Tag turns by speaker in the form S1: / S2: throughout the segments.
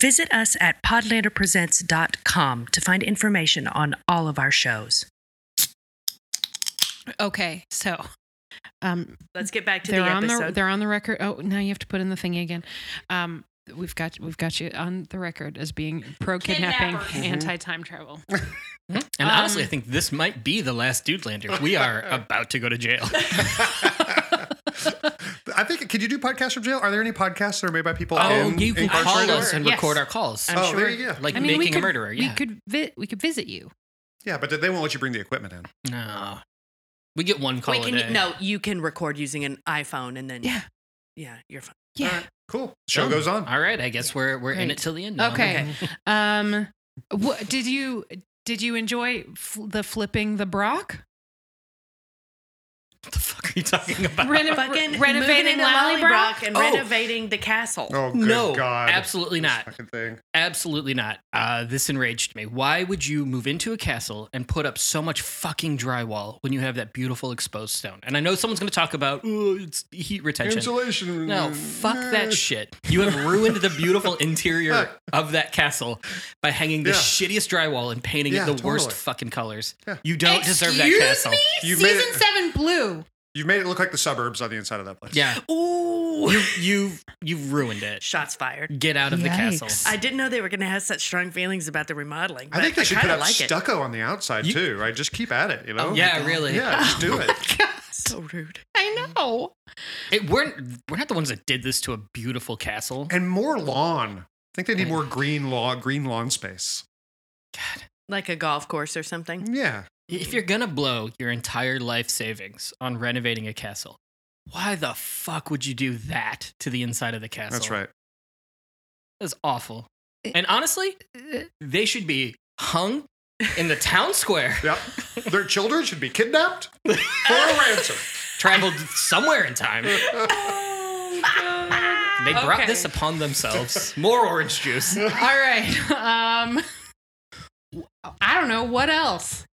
S1: Visit us at podlanderpresents.com to find information on all of our shows.
S2: Okay, so um,
S1: Let's get back to
S2: they're
S1: the
S2: on
S1: episode.
S2: the they're on the record. Oh, now you have to put in the thingy again. Um, we've got we've got you on the record as being pro kidnapping,
S3: Mm-hmm.
S4: Kidnappers. Mhm.
S2: anti time travel.
S3: And honestly,
S2: Um,
S3: I think this might be the last Dude Lander. We are about to go to jail.
S4: I think. Could you do podcasts from jail? Are there any podcasts that are made by people?
S3: Oh,
S4: in,
S2: Um,
S3: you can call
S4: incarcerated?
S3: us and
S2: Yes.
S3: record our calls.
S2: I'm
S4: Oh,
S2: sure.
S4: there you go.
S3: like
S2: I mean, we
S3: making
S2: could,
S3: a murderer. Yeah.
S2: We could vi- we could visit you.
S4: Yeah, but they won't let you bring the equipment in.
S3: no. We get one call
S1: we
S3: a day.
S1: can, no, you can record using an iPhone and then,
S2: Yeah.
S1: yeah you're fine.
S4: All
S2: Yeah.
S4: right, cool. Show
S3: Sure.
S4: goes on.
S3: All right, I guess we're we're in
S2: Great.
S3: it till the end. Now.
S2: Okay. Um, what did you did you enjoy fl- the flipping the Brock?
S3: What the fuck are you talking about?
S2: Reno-
S1: Fucking
S2: renovating
S1: renovating the
S2: Lallybrock?
S1: Lallybrock and
S3: Oh.
S1: renovating the castle.
S4: Oh, good
S3: no,
S4: God.
S3: absolutely
S4: This
S3: not.
S4: Fucking thing.
S3: Absolutely not. Uh, this enraged me. Why would you move into a castle and put up so much fucking drywall when you have that beautiful exposed stone? And I know someone's going to talk about, oh, it's heat retention.
S4: Insulation.
S3: No, fuck
S4: Eh.
S3: that shit. You have ruined the beautiful interior of that castle by hanging the
S4: Yeah.
S3: shittiest drywall and painting
S4: Yeah,
S3: it the worst
S4: totally.
S3: fucking colors.
S4: Yeah.
S3: You don't deserve that
S2: Excuse
S3: castle.
S2: me?
S4: You've made
S2: Season
S4: it-
S2: seven blue.
S4: You've made it look like the suburbs on the inside of that place.
S3: Yeah.
S4: Oh.
S1: Ooh.
S3: You you've you've ruined it.
S1: Shots fired.
S3: Get out of
S2: Yikes.
S3: the
S1: I
S3: castle.
S1: didn't know they were going to have such strong feelings about the remodeling.
S4: I think
S1: but
S4: they should put
S1: kinda
S4: up
S1: like it.
S4: stucco on the outside
S3: You-
S4: too, right? Just keep at it, you know?
S3: Oh, yeah, really.
S4: Yeah, just do it.
S1: So rude.
S2: I know.
S3: It, we're we're not the ones that did this to a beautiful castle.
S4: And more lawn. I think they need more green lawn, green lawn space.
S1: Like a golf course or something.
S4: Yeah.
S3: If you're gonna blow your entire life savings on renovating a castle, why the fuck would you do that to the inside of the castle?
S4: That's right.
S3: That's awful.
S2: It-
S3: And honestly, they should be hung in the town square,
S4: Yep. Their children should be kidnapped for a ransom.
S3: traveled somewhere in time.
S2: Ah.
S3: They brought
S2: Okay.
S3: this upon themselves. More orange juice.
S2: All right. Um, I don't know what else.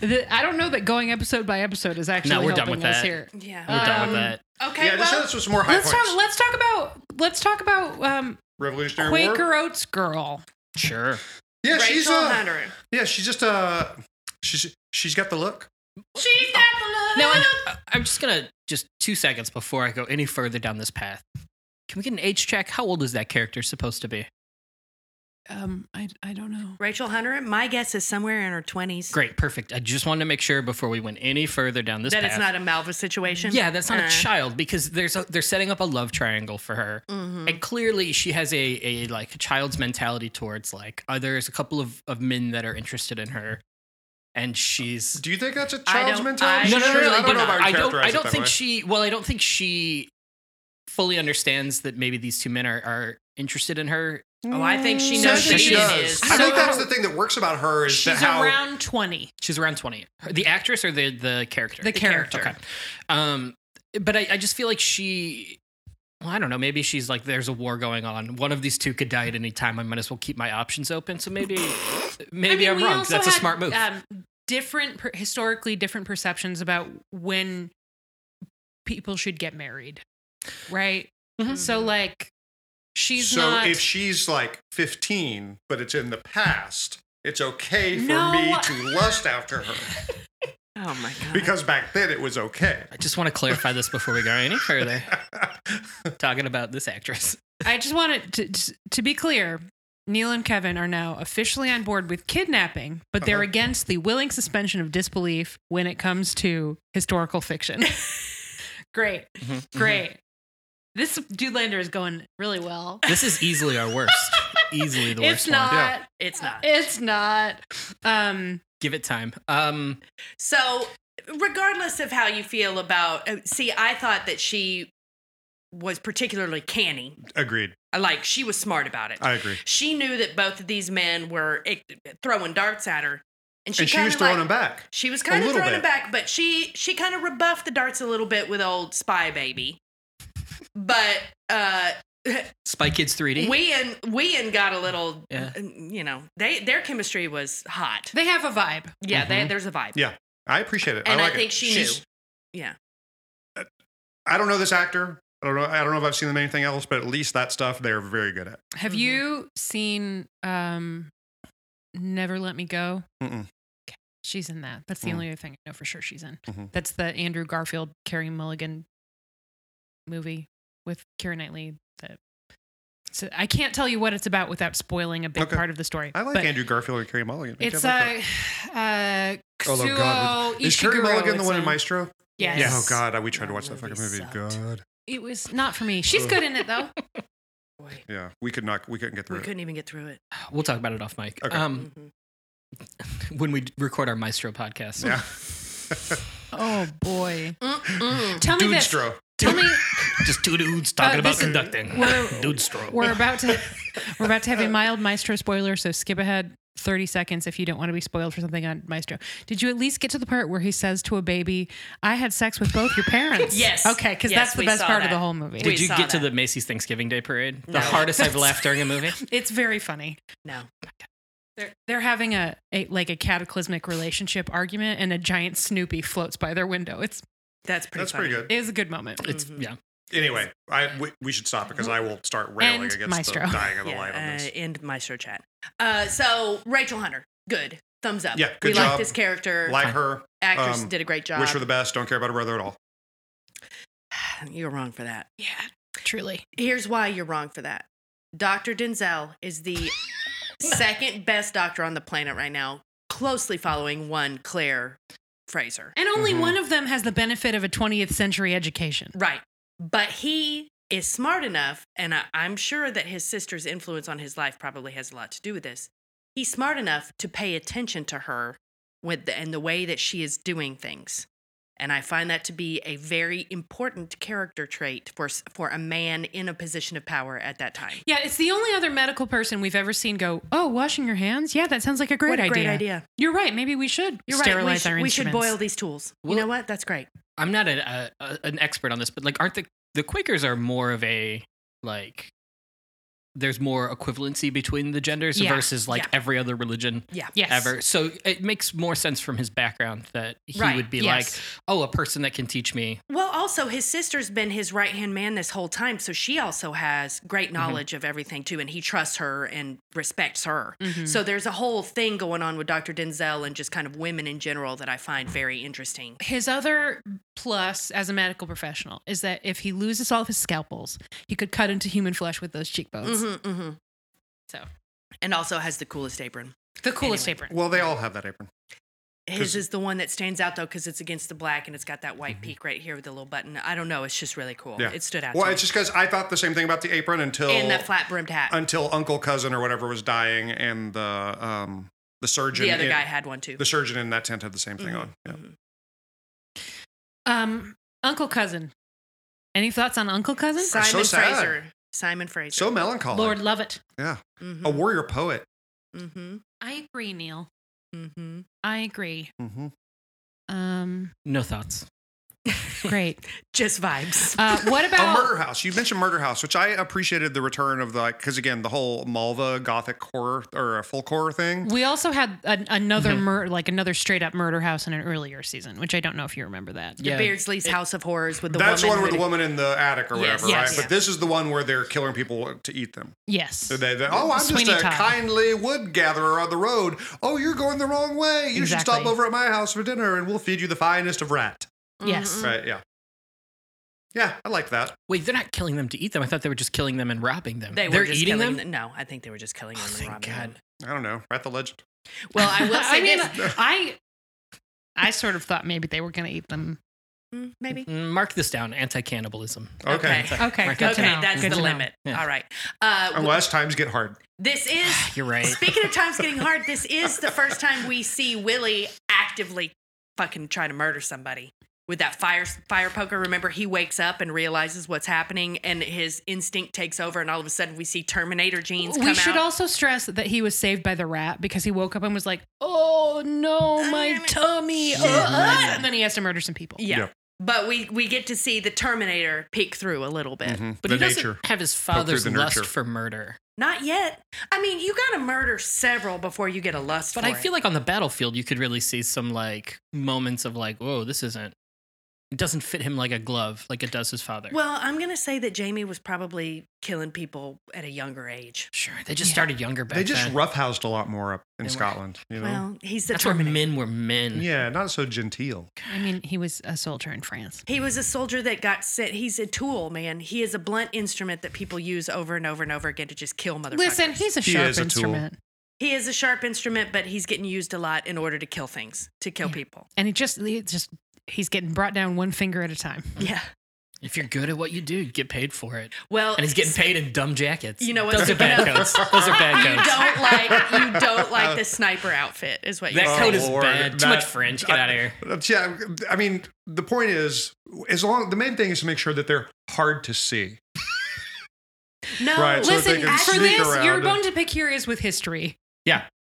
S2: The, I don't know that going episode by episode is actually
S3: No, we're done
S2: helping
S3: with
S2: us
S3: that.
S2: here.
S1: Yeah.
S3: We're done with
S2: Um,
S3: that.
S2: Okay.
S4: Yeah, just
S2: well,
S4: hit us with some more high
S2: let's
S4: points.
S2: talk. Let's talk about. Let's talk about um,
S4: Revolutionary War.
S2: Quaker Oats girl.
S3: Sure.
S4: Yeah,
S1: Rachel
S4: she's uh,
S1: Hunter.
S4: yeah, she's just uh, she's she's got the look.
S2: She's got the
S3: Now, I, I'm just gonna just two seconds before I go any further down this path. Can we get an age check? How old is that character supposed to be?
S2: Um, I I don't know.
S1: Rachel Hunter, my guess is somewhere in her 20s.
S3: Great, perfect. I just wanted to make sure before we went any further down this
S1: That
S3: path.
S1: it's not a Malva situation.
S3: yeah, that's not
S1: Uh,
S3: a child because there's a, they're setting up a love triangle for her.
S1: mhm.
S3: And clearly she has a, a like child's mentality towards like uh, there's a couple of, of men that are interested in her. And she's
S4: Do you think that's a
S1: I
S4: child's
S1: don't-
S4: mentality?
S1: I- No, no, no,
S4: Sure,
S1: no,
S4: I
S3: but
S4: don't know if I would
S3: I don't,
S4: characterize
S3: I don't
S4: it that
S3: think
S4: way.
S3: she well, I don't think she fully understands that maybe these two men are, are interested in her.
S1: Oh, I think she
S4: Mm,
S1: knows
S4: says
S3: who
S4: she
S3: it
S4: does.
S1: is.
S4: I think
S2: So-
S4: that's the thing that works about her is that
S2: She's
S4: how
S2: around twenty.
S3: She's around 20. Her- The actress or the the character?
S2: The character.
S3: Okay. Um but I, I just feel like she well, I don't know. Maybe she's like, there's a war going on. One of these two could die at any time. I might as well keep my options open. So maybe, maybe
S2: I
S3: I
S2: mean, we
S3: am wrong.
S2: also
S3: That's a
S2: had,
S3: smart move.
S2: Um, different, per, historically different perceptions about when people should get married, right?
S3: Mhm.
S2: So, like, she's
S4: so
S2: not.
S4: if she's like 15, but it's in the past, it's okay for
S2: No.
S4: me to lust after her
S1: Oh my God.
S4: because back then it was okay.
S3: I just want to clarify this before we go any further. Talking about this actress.
S2: I just wanted to, to to be clear. Neil and Kevin are now officially on board with kidnapping, but they're
S4: Uh-huh.
S2: against the willing suspension of disbelief when it comes to historical fiction. great,
S3: Mm-hmm.
S2: great. This dude Lander is going really well.
S3: This is easily our worst. easily the worst
S2: It's not.
S3: one.
S4: Yeah.
S1: it's not.
S2: It's not. Um,
S3: Give it time. Um,
S1: So, regardless of how you feel about, uh, see, I thought that she was particularly canny.
S4: Agreed.
S1: Like she was smart about it.
S4: I agree.
S1: she knew that both of these men were eh, throwing darts at her, and she
S4: and she
S1: kinda
S4: was throwing
S1: like-
S4: them back.
S1: She was kind of
S4: little
S1: throwing
S4: bit.
S1: it back, but she she kind of rebuffed the darts a little bit with old spy baby. But uh
S3: Spy Kids 3D.
S1: we and we and got a little uh,
S3: Yeah.
S1: you know, they their chemistry was hot.
S2: they have a vibe.
S1: Yeah, they,
S3: Mhm.
S1: there's a vibe.
S4: Yeah. I appreciate it.
S1: And
S4: I,
S1: I
S4: like it.
S1: think she knew.
S4: She's-
S1: Yeah.
S4: I don't know this actor. I don't know. I don't know if I've seen them in anything else, but at least that stuff they're very good at.
S2: Have
S1: Mhm.
S2: you seen um Never Let Me Go?
S4: Mm-mm.
S2: She's in that. That's the
S4: Mm.
S2: only other thing I know for sure she's in.
S4: Mhm.
S2: That's the Andrew Garfield, Carrie Mulligan movie with Keira Knightley. That so I can't tell you what it's about without spoiling a big
S4: Okay.
S2: part of the story.
S4: I like
S2: but
S4: Andrew Garfield and Carey Mulligan. Each
S2: It's
S4: of them.
S2: uh, uh,
S4: Although,
S2: Katsuo
S4: God, is Carey
S2: Ishiguro
S4: Mulligan the
S2: it's
S4: one in
S2: on.
S4: Maestro?
S2: Yes.
S4: Yeah. Oh God, I- we tried to
S1: That
S4: watch that fucking
S1: movie
S4: movie.
S1: sucked.
S4: God.
S2: It was not for me. She's good in it though.
S1: Boy,
S4: Yeah, we could not. We couldn't get
S1: we
S4: through it.
S1: couldn't even get through it.
S3: We'll talk about it off mic.
S4: Okay.
S3: Um,
S1: Mhm.
S3: when we d- record our Maestro podcast.
S4: Yeah.
S2: oh boy.
S1: Mm-hmm. Mm-mm.
S2: Tell me
S4: Dude
S2: this.
S4: Stro.
S2: Tell me
S3: Just two dudes talking
S2: Uh,
S3: about
S2: this is-
S3: conducting.
S2: we're-
S3: Dude stroke.
S2: We're about to we're about to have a mild maestro spoiler, so skip ahead 30 seconds if you don't want to be spoiled for something on maestro. Did you at least get to the part where he says to a baby, "I had sex with both your parents"?
S1: Yes.
S2: Okay, cuz
S1: Yes,
S2: that's the
S1: we
S2: best
S1: saw
S2: part of
S1: that.
S2: the whole movie.
S1: We
S3: Did you
S1: saw
S3: get to
S1: that.
S3: the Macy's Thanksgiving Day Parade? The
S1: No.
S3: hardest I've laughed during a movie.
S2: It's very funny.
S1: No.
S2: They're they're having a, a like a cataclysmic relationship argument, and a giant Snoopy floats by their window. It's
S1: That's pretty
S4: That's pretty
S1: funny.
S4: good.
S2: it is a good moment.
S3: It's
S1: Mhm.
S3: yeah.
S4: Anyway, I we, we should stop because I will start railing
S2: And
S4: against
S2: Maestro.
S4: the dying of the
S1: Yeah,
S4: light on
S1: uh,
S4: this.
S1: end Maestro chat. Uh, so Rachel Hunter, good. Thumbs up.
S4: Yeah,
S1: we
S4: good
S1: like
S4: job.
S1: this character.
S4: Like her,
S1: Actress
S4: um,
S1: did a great job.
S4: wish her the best. Don't care about her brother at all.
S1: You're wrong for that.
S2: Yeah, truly.
S1: Here's why you're wrong for that. Dr. Denzel is the second best doctor on the planet right now, closely following one Claire Fraser.
S2: And only
S4: Mhm.
S2: one of them has the benefit of a 20th century education.
S1: Right. But he is smart enough, and I, I'm sure that his sister's influence on his life probably has a lot to do with this. He's smart enough to pay attention to her with the, and the way that she is doing things. And I find that to be a very important character trait for, s- for a man in a position of power at that time.
S2: Yeah, it's the only other medical person we've ever seen go, "Oh, washing your hands? Yeah, that sounds like a great,
S1: what a
S2: idea.
S1: great idea.
S2: You're right. Maybe we should
S1: You're right. We,
S2: sterilize
S1: sh-
S2: our
S1: we
S2: instruments.
S1: should boil these tools.
S3: Well-
S1: you know what? That's great.
S3: I'm not an, uh, uh, an expert on this, but like, aren't the the Quakers are more of a like? There's more equivalency between the genders
S2: Yeah,
S3: versus like
S1: yeah.
S3: every other religion
S1: Yeah.
S2: Yes.
S3: ever. So it makes more sense from his background that he
S1: Right,
S3: would be
S2: yes.
S3: like, oh, a person that can teach me.
S1: Well, also his sister's been his right hand man this whole time, so she also has
S4: Mm-hmm.
S1: great knowledge of everything too, and he trusts her and respects her.
S4: Mm-hmm.
S2: Mhm.
S1: So there's a whole thing going on with Dr. Denzel and just kind of women in general that I find very interesting.
S2: His other plus as a medical professional is that if he loses all of his scalpels, he could cut into human flesh with those cheekbones.
S1: Mhm, mhm.
S2: So.
S1: and also has the coolest apron.
S2: The coolest
S1: Anyway.
S2: apron.
S4: Well, they all have that apron.
S1: His
S4: 'Cause- Mm-hmm.
S1: is the one that stands out though because it's against the black and it's got that white peak right here with the little button. I don't know. It's just really cool.
S4: Yeah.
S1: It stood out.
S4: Well,
S1: to
S4: it's
S1: me.
S4: just because I thought the same thing about the apron until
S1: and the flat brimmed hat.
S4: until uncle cousin or whatever was dying and the um the surgeon
S1: the other
S4: in-
S1: guy had one too.
S4: the surgeon in that tent had the same thing
S1: Mhm,
S4: on. Yeah.
S2: Mm-hmm.
S1: mhm.
S2: Um, Uncle Cousin. Any thoughts on Uncle Cousin?
S4: So
S1: Simon
S4: sad.
S1: Fraser. Simon Fraser.
S4: So Oh. melancholy.
S2: Lord love it.
S4: Yeah.
S1: hmm
S4: A warrior poet.
S1: hmm
S2: I agree, Neil.
S1: hmm
S2: I agree.
S4: Mm-hmm.
S2: Um,
S3: No thoughts.
S2: great.
S1: Just vibes.
S2: Uh, what
S4: A
S2: about
S4: murder house. You mentioned murder house, which I appreciated the return of the because again the whole Malva gothic horror or a folk horror thing.
S2: We also had an, another
S4: Mm-hmm.
S3: Mhm.
S2: mur- like another straight up murder house in an earlier season, which I don't know if you remember that.
S3: Yeah.
S1: Beardsley's House of Horrors with the
S4: That's the
S1: woman
S4: one with
S1: who-
S4: the woman in the attic or
S1: Yes,
S4: whatever,
S2: yes,
S4: right?
S1: yeah.
S4: But this is the one where they're killing people to eat them.
S2: Yes.
S4: So they, they, oh, I'm
S2: Sweeney
S4: just a
S2: Todd.
S4: kindly wood gatherer on the road. Oh, you're going the wrong way. You should stop
S2: Exactly.
S4: over at my house for dinner, and we'll feed you the finest of rat.
S3: Mm.
S1: Mm-hmm.
S2: Yes.
S4: Right? Yeah. Yeah, I like that.
S3: Wait, they're not killing them to eat them. I thought they were just killing them and robbing them.
S1: They
S3: are
S1: were just
S3: eating
S1: killing
S3: them.
S1: them? No, I think they were just killing
S3: Oh,
S1: them and
S3: thank
S1: robbing
S3: God.
S1: them.
S4: I don't know. Rat the legend.
S1: Well, I will say
S2: I mean,
S1: this.
S2: I I sort of thought maybe they were going to eat them.
S1: Mm, Maybe.
S3: Mm, Mark this down. Anti-cannibalism.
S4: Okay.
S1: Okay.
S2: Okay,
S3: Right.
S2: good to
S1: okay,
S2: know.
S1: that's
S2: good
S1: the
S2: to know.
S1: limit.
S3: Yeah.
S1: All right. Uh, w-
S4: Unless times get hard.
S1: this is,
S3: You're right.
S1: speaking of times getting hard, this is the first time we see Willie actively fucking trying to murder somebody. With that fire fire poker, remember he wakes up and realizes what's happening, and his instinct takes over, and all of a sudden we see Terminator genes.
S2: We
S1: come
S2: should
S1: out.
S2: also stress that he was saved by the rat because he woke up and was like, "Oh no, my tummy!" uh, uh," and then he has to murder some people.
S1: Yeah.
S4: Yeah.
S1: But we we get to see the Terminator peek through a little bit.
S3: But
S4: Mm-hmm. the
S3: he doesn't
S4: nature.
S3: have his
S4: through
S3: father's
S4: the
S3: lust
S4: nurture.
S3: for murder.
S1: Not yet. I mean, you got to murder several before you get a lust
S3: But
S1: for
S3: I feel like on the battlefield, you could really see some like moments of like, whoa, this isn't It doesn't fit him like a glove, like it does his father.
S1: Well, I'm going to say that Jamie was probably killing people at a younger age.
S3: sure, they just
S2: Yeah.
S3: started younger back
S4: They just
S3: then.
S4: roughhoused a lot more up in
S3: uh, They were.
S4: Scotland. You know? Mm.
S1: Well, he's the
S3: That's where
S1: Terminator.
S3: men were men.
S4: yeah, not so genteel.
S2: I mean, he was a soldier in France.
S1: He was a soldier that got sent. He's a tool, man. He is a blunt instrument that people use over and over and over again to just kill motherfuckers.
S2: Listen, he's a
S4: He
S2: sharp
S4: is a tool.
S2: instrument,
S1: he is a sharp instrument, but he's getting used a lot in order to kill things, to kill
S2: Yeah.
S1: people.
S2: and he just he just he's getting brought down one finger at a time.
S1: Yeah.
S3: If you're good at what you do, you get paid for it.
S1: Well,
S3: And he's getting paid in dumb jackets.
S1: You know what?
S3: Those are bad
S1: No.
S3: coats. Those are bad
S1: You
S3: coats.
S1: don't like you don't like the sniper outfit, is what you're
S3: That
S1: saying.
S3: coat is
S4: Lord,
S3: bad. Too
S4: that-
S3: much French. Get
S4: I-
S3: out of here.
S4: That's- Yeah, I mean, the point is, as long the main thing is to make sure that they're hard to see.
S1: no.
S4: Right, so that they
S2: Listen,
S4: can
S2: for
S4: sneak
S2: this,
S4: around
S2: you're
S4: and-
S2: going to pick your ears with history.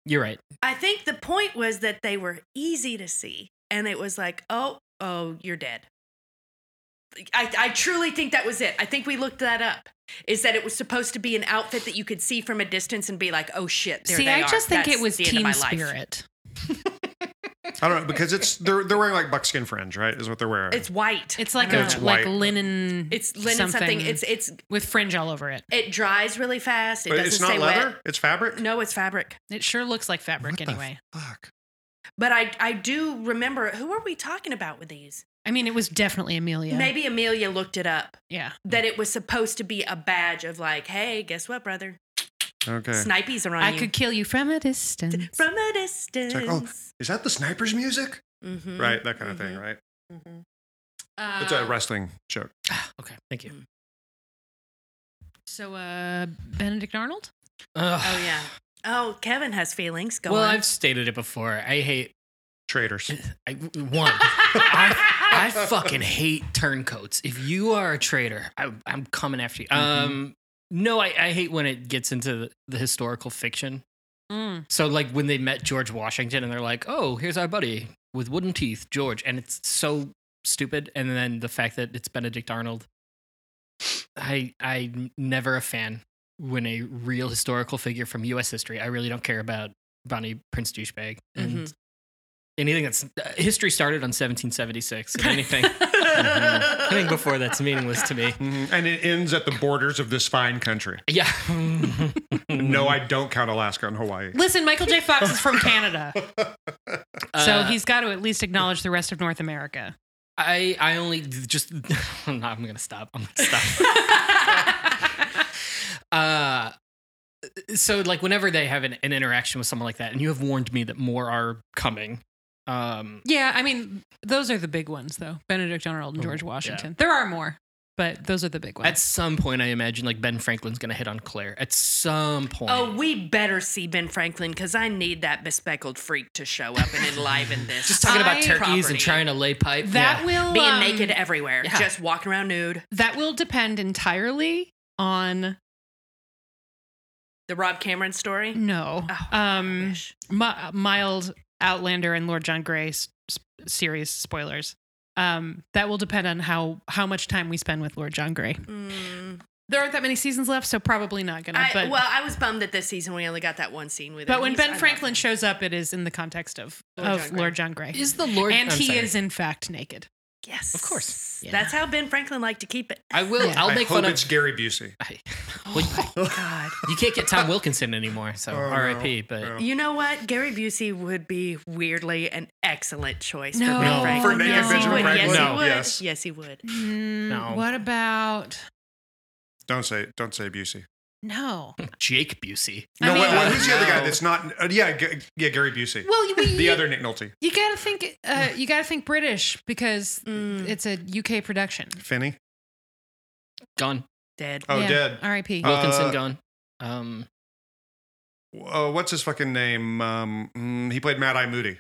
S3: You're right.
S1: I think the point was that they were easy to see, and it was like, oh, oh, you're dead. I, I truly think that was it. I think we looked that up. Is that it was supposed to be an outfit that you could see from a distance and be like, oh shit, there
S2: See,
S1: they
S2: I
S1: are.
S2: just think
S1: That's
S2: it was
S1: the end of my
S2: team
S1: life."
S2: spirit.
S4: I don't know because it's they're they're wearing like buckskin fringe, right? Is what they're wearing.
S1: It's white.
S2: It's like
S1: I
S2: a
S1: don't know.
S2: like
S4: white.
S2: linen.
S1: it's linen something. It's it's
S2: with fringe all over it.
S1: it dries really fast. It
S4: But
S1: doesn't
S4: it's not
S1: stay
S4: leather.
S1: wet.
S4: It's fabric.
S1: No, it's fabric.
S2: It sure looks like fabric
S4: What the
S2: anyway.
S4: Fuck.
S1: But I I do remember who are we talking about with these?
S2: I mean, it was definitely Amelia.
S1: Maybe Amelia looked it up
S2: Yeah.
S1: that it was supposed to be a badge of like, hey, guess what, brother?
S4: Okay.
S1: Snipies are on
S2: I
S1: you.
S2: could kill you from a distance.
S1: from a distance.
S4: like, oh, is that the sniper's music?
S1: Mhm,
S3: Mm-hmm.
S4: Right, that kind of thing,
S1: mhm,
S4: right?
S1: mhm.
S4: It's
S3: Um.
S2: Uh,
S4: a wrestling joke.
S3: Okay. Thank you.
S2: So, uh, Benedict Arnold?
S3: Ugh.
S1: Oh yeah. Oh, Kevin has feelings. Go
S3: well,
S1: on.
S3: I've stated it before. I hate.
S4: Traders.
S3: I one. I, I fucking hate turncoats. If you are a traitor, I, I'm coming after you. Um, no, I, I hate when it gets into the, the historical fiction.
S2: Mm.
S3: So, like when they met George Washington, and they're like, "Oh, here's our buddy with wooden teeth, George," and it's so stupid. And then the fact that it's Benedict Arnold, I I'm never a fan when a real historical figure from U.S. history. I really don't care about Bonnie Prince douchebag and
S1: Mhm.
S3: anything that's uh, history started on 1776. If anything, anything Mm-hmm. before that's meaningless to me.
S4: Mhm. And it ends at the borders of this fine country.
S3: Yeah. Mm-hmm.
S4: No, I don't count Alaska and Hawaii.
S2: Listen, Michael J. Fox is from Canada, so
S3: Uh,
S2: he's got to at least acknowledge the rest of North America.
S3: I I only just I'm not I'm gonna stop. I'm gonna stop. uh so like whenever they have an, an interaction with someone like that and you have warned me that more are coming um
S2: Yeah, I mean, those are the big ones, though Benedict Arnold and
S3: Oh,
S2: George
S3: yeah.
S2: Washington. There are more, but those are the big ones.
S3: at some point i imagine like ben franklin's gonna hit on claire at some point
S1: Oh, we better see Ben Franklin because I need that bespeckled freak to show up and enliven this.
S3: just talking about
S2: I-
S3: turkeys
S1: property.
S3: and trying to lay pipe
S2: that
S3: Yeah.
S2: will
S1: being
S2: um,
S1: naked everywhere,
S3: yeah.
S1: just walking around nude.
S2: That will depend entirely on
S1: The Rob Cameron story.
S3: Mm.
S2: no,
S1: Oh, I
S2: um,
S1: wish.
S2: mi- mild Outlander and Lord John Gray s- s- series spoilers. Um, that will depend on how how much time we spend with Lord John Gray.
S1: Mm.
S2: There aren't that many seasons left, so probably not gonna.
S1: I,
S2: but
S1: well, I was bummed that this season we only got that one scene with him.
S2: but when
S1: He's- I
S2: Ben
S1: love
S2: Franklin
S1: him.
S2: shows up, it is in the context of
S1: Lord
S2: of
S1: John Gray.
S2: Lord John Gray,
S3: is the lord
S2: and
S3: I'm
S2: he
S3: sorry.
S2: is in fact naked.
S1: yes,
S3: Of course.
S2: Yeah.
S1: that's how Ben Franklin liked to keep it.
S3: i will
S2: Yeah.
S3: i'll
S4: I
S3: make
S4: hope
S3: fun
S4: it's
S3: of
S4: Gary Busey.
S3: Well,
S1: God,
S3: you can't get tom wilkinson anymore so
S4: Oh, no.
S3: rip but
S4: No.
S1: you know what? Gary Busey would be weirdly an excellent choice
S2: No.
S1: for Ben
S2: No.
S1: Franklin.
S2: For naked
S1: yes, he
S2: Benjamin
S1: would. Yes,
S3: Franklin?
S1: he
S3: No.
S1: would.
S4: Yes.
S1: yes, he would.
S3: No.
S2: What about
S4: Don't say don't say Busey.
S2: no?
S3: jake busey
S4: No,
S2: I mean-
S4: wait, wait, who's the other guy
S3: No.
S4: that's not? Uh, yeah, G- yeah, Gary Busey.
S2: Well, you-
S4: the other Nick Nolte.
S2: you gotta think. Uh, you gotta think British because
S4: Mm.
S1: Mm,
S2: it's a UK production.
S4: Finney.
S3: gone
S1: Dead.
S4: Oh,
S2: Yeah,
S4: dead.
S2: R.I.P.
S4: Uh,
S3: wilkinson gone um
S4: Uh, what's his fucking name? Um, mm, he played Mad Eye Moody.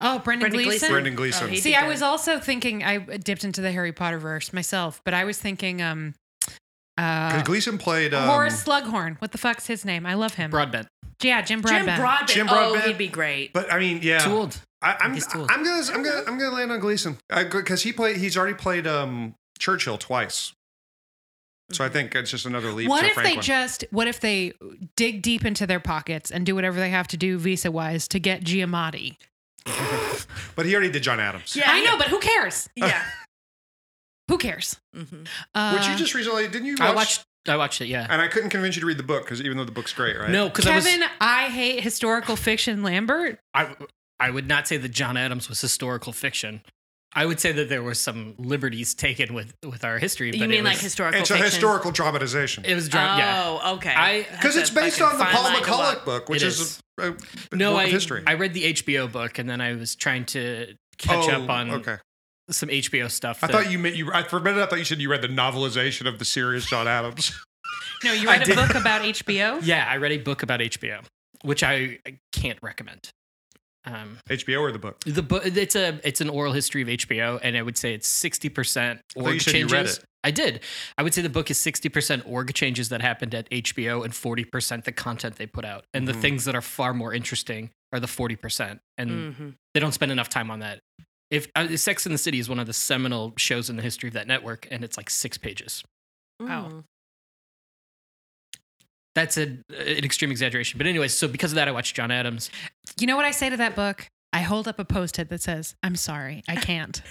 S2: oh, Brendan,
S1: Brendan
S2: Gleeson.
S1: Gleeson.
S4: Brendan Gleeson.
S1: Oh, he-
S2: See,
S1: did
S2: I
S1: that.
S2: was also thinking. I dipped into the Harry Potter verse myself, but I was thinking. um
S4: 'Cause
S2: uh,
S4: Gleason played um,
S2: Horace Slughorn. What the fuck's his name? I love him.
S3: broadbent
S2: yeah,
S1: Jim
S2: Jim Broadbent.
S1: Broadbent.
S4: Jim
S1: Oh,
S4: Broadbent.
S1: he'd be great.
S4: But I mean, yeah,
S3: too old
S4: I, I'm,
S3: He's too old.
S4: I'm gonna, I'm gonna, I'm gonna land on Gleason because he played. He's already played um, Churchill twice, so I think it's just another leap.
S2: what
S4: to
S2: if
S4: Franklin.
S2: they just what if they dig deep into their pockets and do whatever they have to do visa wise to get Giamatti?
S4: but he already did John Adams.
S1: Yeah,
S2: I know, but who cares?
S1: Yeah.
S2: Who cares?
S1: Mhm.
S2: Uh,
S4: Which you just recently didn't you? Watch,
S3: I watched. I watched it. Yeah.
S4: and I couldn't convince you to read the book because even though the book's great, right?
S3: No, because I was.
S2: Kevin, I hate historical fiction. Lambert.
S3: I, I would not say that John Adams was historical fiction. I would say that there were some liberties taken with with our history. But
S1: You mean
S3: it
S1: like
S3: was-
S1: historical
S4: it's a
S1: fiction?
S4: historical dramatization
S3: It was drama. yeah.
S1: Oh, okay.
S3: I-
S1: That's
S4: because
S1: a
S4: it's based
S1: fucking
S4: on the
S1: fine
S4: Paul
S1: line to walk.
S4: McCulloch book, which
S3: It
S4: is,
S3: is.
S4: a, a
S3: No,
S4: work
S3: I
S4: of history.
S3: I read the HBO book and then I was trying to catch
S4: Oh,
S3: up on
S4: Okay,
S3: some HBO stuff.
S4: I
S3: that-
S4: thought you meant you. I, for a minute, I thought you said you read the novelization of the series John Adams.
S2: No, you
S4: I
S2: read a
S4: did.
S2: book about HBO.
S3: Yeah, I read a book about HBO, which I, I can't recommend. Um,
S4: HBO or the book?
S3: the book it's a it's an oral history of HBO, and I would say it's sixty percent
S4: thought
S3: org
S4: you said you
S3: changes.
S4: read it.
S3: I did. I would say the book is sixty percent org changes that happened at HBO, and forty percent the content they put out. And the
S4: Mhm.
S3: things that are far more interesting are the forty percent, and
S1: Mhm.
S3: they don't spend enough time on that. If uh, Sex in the City is one of the seminal shows in the history of that network, and it's like six pages.
S2: Wow.
S1: Mm.
S3: That's a, an extreme exaggeration, but anyway. So because of that, I watched John Adams.
S2: You know what I say to that book? I hold up a post-it that says, "I'm sorry, I can't."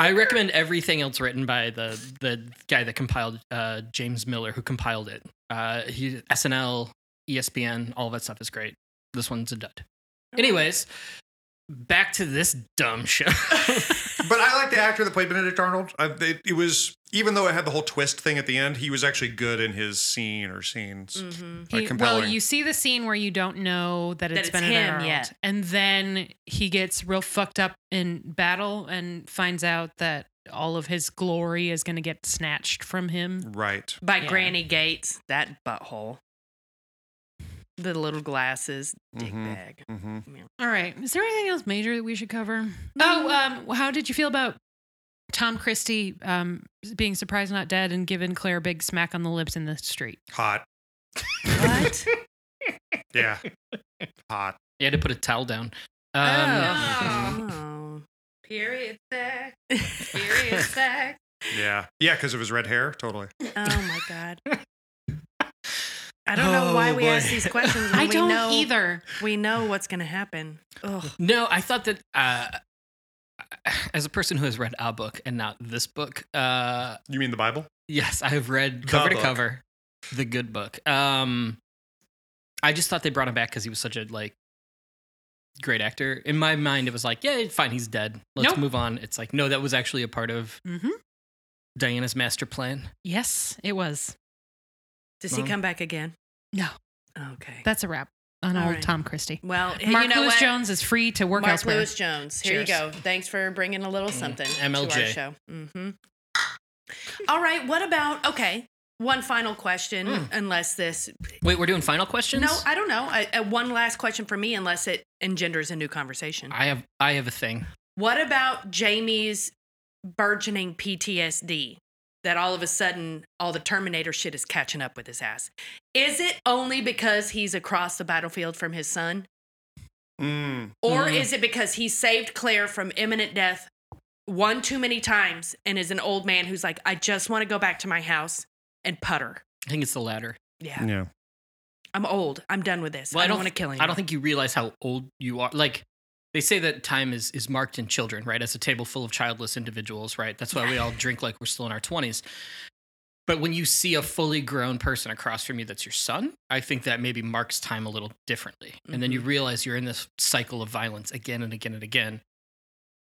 S3: I recommend everything else written by the the guy that compiled uh, James Miller, who compiled it. Uh, he SNL, ESPN, all that stuff is great. This one's a dud.
S1: Oh.
S3: Anyways, back to this dumb show.
S4: But I like the actor that played Benedict Arnold. I, they, it was even though it had the whole twist thing at the end, he was actually good in his scene or scenes.
S1: Mhm.
S4: Like
S2: He- well,
S4: compelling.
S2: you see the scene where you don't know that
S1: That
S2: it's
S1: it's
S2: Benedict
S1: him
S2: Arnold,
S1: yet.
S2: and then he gets real fucked up in battle and finds out that all of his glory is going to get snatched from him.
S3: Mm.
S4: Right.
S1: By
S2: Yeah.
S1: Granny Gates, that butthole. The little glasses,
S2: Mm-hmm.
S4: Mhm.
S1: dickbag.
S4: hmm
S2: All right, is there anything else major that we should cover? Oh, um, how did you feel about Tom Christie um, being surprised not dead and giving Claire a big smack on the lips in the street?
S4: Hot.
S1: What?
S4: Yeah. Hot.
S3: you had to put a towel down.
S2: Oh.
S3: Um,
S1: oh.
S2: Period. Fact.
S1: Period
S2: Fact.
S4: Yeah. Yeah, because of his red hair. Totally.
S1: Oh my god. I don't know why
S3: Oh,
S1: we
S3: boy.
S1: ask these questions. When
S2: I
S1: we
S2: don't
S1: know,
S2: either.
S1: We know what's going to happen. Ugh.
S3: No, I thought that uh, as a person who has read a book and not this book, uh,
S4: You mean the Bible?
S3: Yes, I have read cover to
S4: book.
S3: cover the good book. Um, I just thought they brought him back because he was such a like great actor. In my mind, it was like, yeah, fine, he's dead. Let's
S2: Nope.
S3: move on. It's like, no, that was actually a part of
S2: Mm-hmm.
S3: Diana's master plan.
S2: Yes, it was.
S1: Does he
S3: Well.
S1: come back again?
S2: No,
S1: Okay.
S2: that's a wrap on
S1: All
S2: old
S1: right.
S2: Tom Christie.
S1: well, hey,
S2: Mark
S1: you know
S2: Lewis
S1: what?
S2: Jones is free to work
S1: Mark
S2: elsewhere.
S1: Lewis Jones. Here you
S3: Cheers.
S1: go. Thanks for bringing a little
S3: Mm,
S1: something to our
S3: MLJ.
S1: show. Mm-hmm. All right. What about? Okay. One final question,
S3: Mm.
S1: unless this.
S3: Wait, we're doing final questions.
S1: No, I don't know. I, uh, one last question for me, unless it engenders a new conversation.
S3: I have I have a thing.
S1: What about Jamie's burgeoning PTSD that all of a sudden all the Terminator shit is catching up with his ass? Is it only because he's across the battlefield from his son?
S4: Mm.
S1: Or
S3: Mm.
S1: is it because he saved Claire from imminent death one too many times and is an old man who's like, I just want to go back to my house and putter?
S3: I think it's the latter.
S1: Yeah.
S4: Yeah.
S1: I'm old. I'm done with this.
S3: Mm. Well,
S1: I
S3: I
S1: don't
S3: don't
S1: want to kill him.
S3: I don't think you realize how old you are. Like they say that time is is marked in children, right? As a table full of childless individuals, right? That's why we all drink like we're still in our 20s. But when you see a fully grown person across from you that's your son, I think that maybe marks time a little differently. And
S1: Mm-hmm.
S3: then you realize you're in this cycle of violence again and again and again.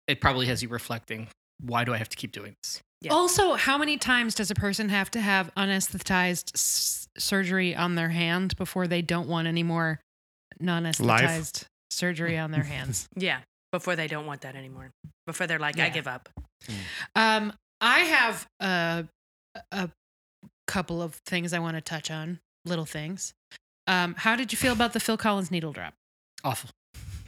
S3: It probably has you reflecting, why do I have to keep doing this?
S1: Yeah.
S2: Also, how many times does a person have to have unesthetized s- surgery on their hand before they don't want any more non-esthetized surgery on their hands?
S1: Yeah. Before they don't want that anymore. Before they're like, I
S2: Yeah.
S1: give up.
S2: um, I have a, a couple of things I want to touch on, little things. Um, how did you feel about the Phil Collins needle drop?
S3: Awful.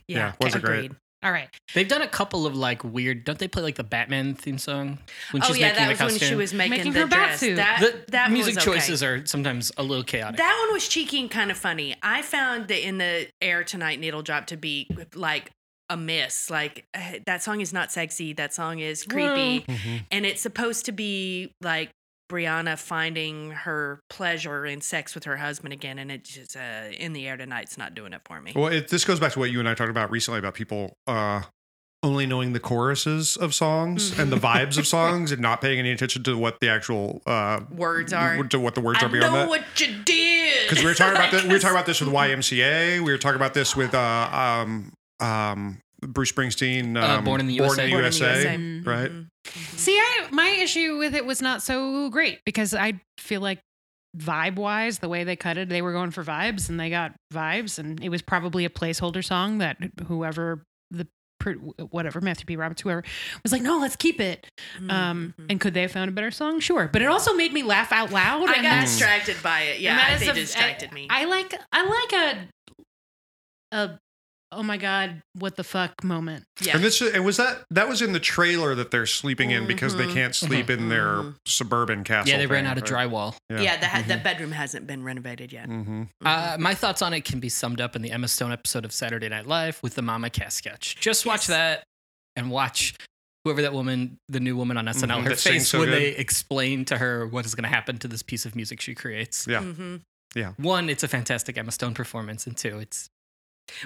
S1: Yeah.
S4: Yeah, wasn't great.
S1: agreed.
S2: All right.
S3: They've done a couple of like weird, don't they play like the Batman theme song when
S1: oh
S3: she's
S1: yeah,
S3: making
S1: that
S3: the
S1: was
S3: costume?
S1: when she was making,
S2: Making
S1: the
S2: her
S1: dress.
S2: batsuit.
S1: That
S3: the
S1: Uh, that
S3: music
S1: was okay.
S3: choices are sometimes a little chaotic.
S1: That one was cheeky and kind of funny. I found the in the air tonight needle drop to be like a miss. Like eh, that song is not sexy. That song is creepy,
S4: Mm-hmm.
S1: and it's supposed to be like Brianna finding her pleasure in sex with her husband again, and it's just, uh, in the air tonight's not doing it for me.
S4: Well, it, this goes back to what you and I talked about recently about people uh, only knowing the choruses of songs
S1: Mm.
S4: and the vibes of songs and not paying any attention to what the actual uh,
S1: Words are.
S4: to what the words
S1: I
S4: are beyond
S1: know
S4: that.
S1: what you did.
S4: Because we were talking about this, we were
S1: Like,
S4: talking about this with YMCA. We were talking about this with uh, um, um, Bruce Springsteen. Um,
S3: Uh, Born in the USA.
S1: Born in the
S4: USA,
S1: USA.
S4: right?
S1: Mhm.
S2: See, I my issue with it was not so great because I feel like vibe wise, the way they cut it, they were going for vibes and they got vibes, and it was probably a placeholder song that whoever the pr- whatever Matthew P. Roberts whoever was like, no, let's keep it. Um,
S1: Mhm.
S2: and could they have found a better song? Sure, but it also made me laugh out loud.
S1: Mm-hmm. I
S2: and
S1: got
S2: that's-
S1: distracted by it. Yeah,
S2: and that
S1: I
S2: is
S1: think
S2: a-
S1: it distracted me.
S2: I like I like a a oh my god, what the fuck moment.
S1: yeah.
S4: And this and was that that was in the trailer that they're sleeping in because they
S1: Mhm.
S4: can't sleep in their
S1: Mhm.
S4: suburban castle.
S3: Mm-hmm. yeah, they ran
S4: thing,
S3: out of
S4: right?
S3: drywall.
S1: yeah,
S4: Yeah. Mm-hmm.
S1: the, ha- the bedroom hasn't been renovated yet.
S4: Mhm.
S1: Mm-hmm.
S3: Uh, my thoughts on it can be summed up in the Emma Stone episode of Saturday Night Live with the Mama Cass sketch. Just watch
S1: Yes.
S3: that and watch whoever that woman, the new woman on SNL,
S4: Mhm,
S3: her
S4: that sings
S3: face
S4: so
S3: when
S4: good.
S3: they explain to her what is going to happen to this piece of music she creates.
S4: Yeah.
S1: Mhm.
S3: One, it's a fantastic Emma Stone performance, and two, it's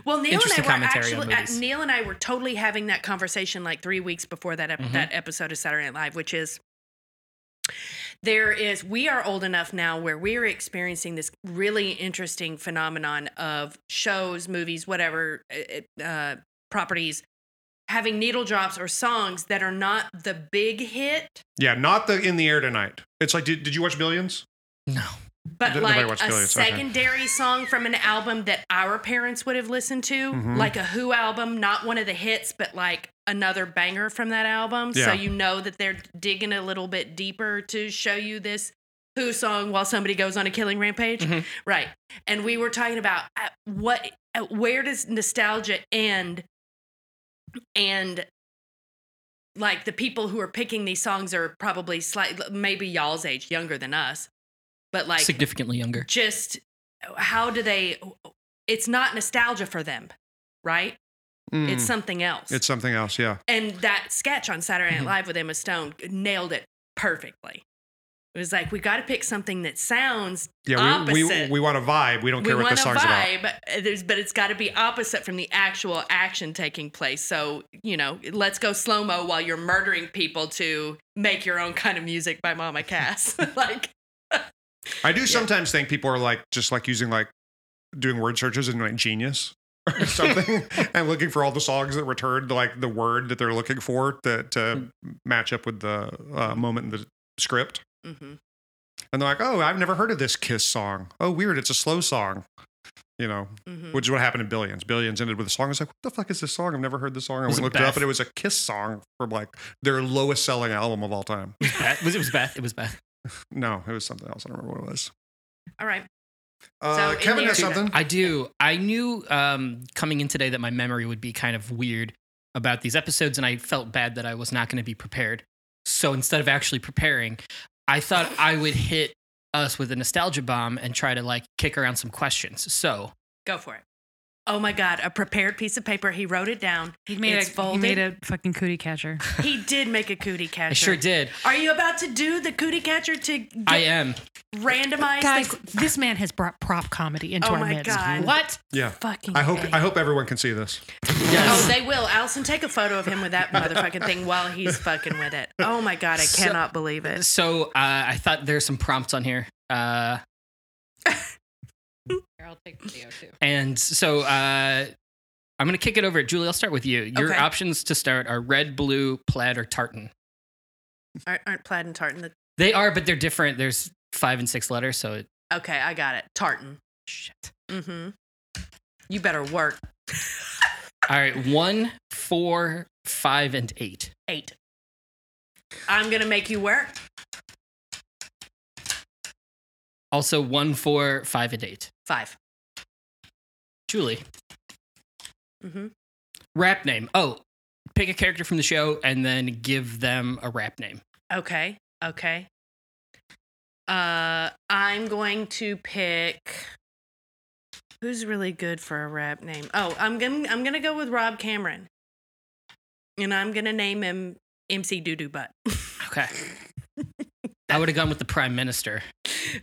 S1: Well, Neil and
S3: Interesting
S1: I were
S3: commentary on
S1: actually uh,
S3: movies.
S1: Neil and I were totally having that conversation like three weeks before that ep-
S3: Mhm.
S1: that episode of Saturday Night Live, which is there is we are old enough now where we are experiencing this really interesting phenomenon of shows, movies, whatever uh, uh, properties having needle drops or songs that are not the big hit,
S4: Yeah, not the in the air tonight. It's like, did, did you watch Billions?
S3: no.
S1: but
S4: Didn't nobody
S1: like
S4: watch
S1: a
S4: Billions, okay.
S1: secondary song from an album that our parents would have listened to,
S4: Mhm.
S1: like a Who album, not one of the hits, but like another banger from that album. So
S4: Yeah.
S1: you know that they're digging a little bit deeper to show you this Who song while somebody goes on a killing rampage.
S4: Mm-hmm.
S3: Mhm.
S1: Right. And we were talking about uh, what, uh, where does nostalgia end? And like the people who are picking these songs are probably slightly, maybe y'all's age, younger than us. But like,
S3: significantly younger.
S1: just how do they it's not nostalgia for them right
S4: Mm.
S1: it's something else
S4: It's Mm-hmm. something else. Yeah.
S1: and that sketch on saturday night
S3: Mhm.
S1: live with emma stone nailed it perfectly it was like we got to pick something that sounds
S4: Yeah, we, we,
S1: Opposite.
S4: we want a vibe. We don't
S1: we
S4: care what the
S1: want a
S4: song's about.
S1: vibe uh, there's, but it's got to be opposite from the actual action taking place so you know let's go slow mo while you're murdering people to make your own kind of music by mama cass like
S4: I do sometimes think people are like just like using like doing word searches and like genius or something and looking for all the songs that return like the word that they're looking for to, to
S1: Hmm.
S4: match up with the uh, moment in the script.
S1: mhm.
S4: And they're like, oh, I've never heard of this Kiss song. Oh, weird. It's a slow song, you know,
S1: Mhm.
S4: which is what happened in Billions. Billions ended with a song. It's like, what the fuck is this song? I've never heard this song. I
S3: Was
S4: went
S3: it
S4: and looked it up
S3: Beth?
S4: and it was a Kiss song from like their lowest selling album of all time.
S3: Beth, was it was Beth? It was Beth.
S4: No, it was something else. I don't remember what it was.
S1: all right
S4: Uh,
S1: in
S4: Kevin
S1: the
S4: has
S1: air-
S4: something.
S3: I do. I knew um, coming in today that my memory would be kind of weird about these episodes, and I felt bad that I was not going to be prepared. So instead of actually preparing, I thought I would hit us with a nostalgia bomb and try to like kick around some questions. So
S1: Go for it. Oh my God, a prepared piece of paper. He wrote it down.
S2: He made
S1: It's
S2: a he
S1: folded.
S2: made a fucking cootie catcher.
S1: He did make a cootie catcher.
S3: I sure did.
S1: Are you about to do the cootie catcher to get
S3: I am.
S1: randomized?
S2: Guys,
S1: the-
S2: this man has brought prop comedy into
S1: Oh
S2: our
S1: my
S2: midst.
S1: God.
S2: What?
S4: Yeah.
S1: fucking.
S4: I hope
S1: A.
S4: I hope everyone can see this.
S1: Oh,
S3: Yes.
S1: they will. Allison, take a photo of him with that motherfucking thing while he's fucking with it. Oh my God, I
S3: So-
S1: cannot believe it.
S3: So uh, I thought there's some prompts on here. Uh,
S2: I'll take video too.
S3: And so uh, I'm going to kick it over. Julie, I'll start with you. Your
S1: Okay.
S3: options to start are red, blue, plaid, or tartan.
S1: Aren't, aren't plaid and tartan the.
S3: They are, but they're different. There's five and six letters. So it,
S1: Okay, I got it. Tartan.
S3: shit.
S1: Mm hmm. You better work.
S3: All right. One, four, five, and eight.
S1: Eight. I'm going to make you work.
S3: Also, one, four, five, and eight.
S1: Five.
S3: Julie,
S1: Mm hmm.
S3: rap name. Oh, pick a character from the show and then give them a rap name.
S1: Okay. Okay. Uh, I'm going to pick. Who's really good for a rap name? Oh, I'm gonna I'm gonna go with Rob Cameron, and I'm gonna name him MC Doodoo Butt.
S3: Okay. I would have gone with the prime minister.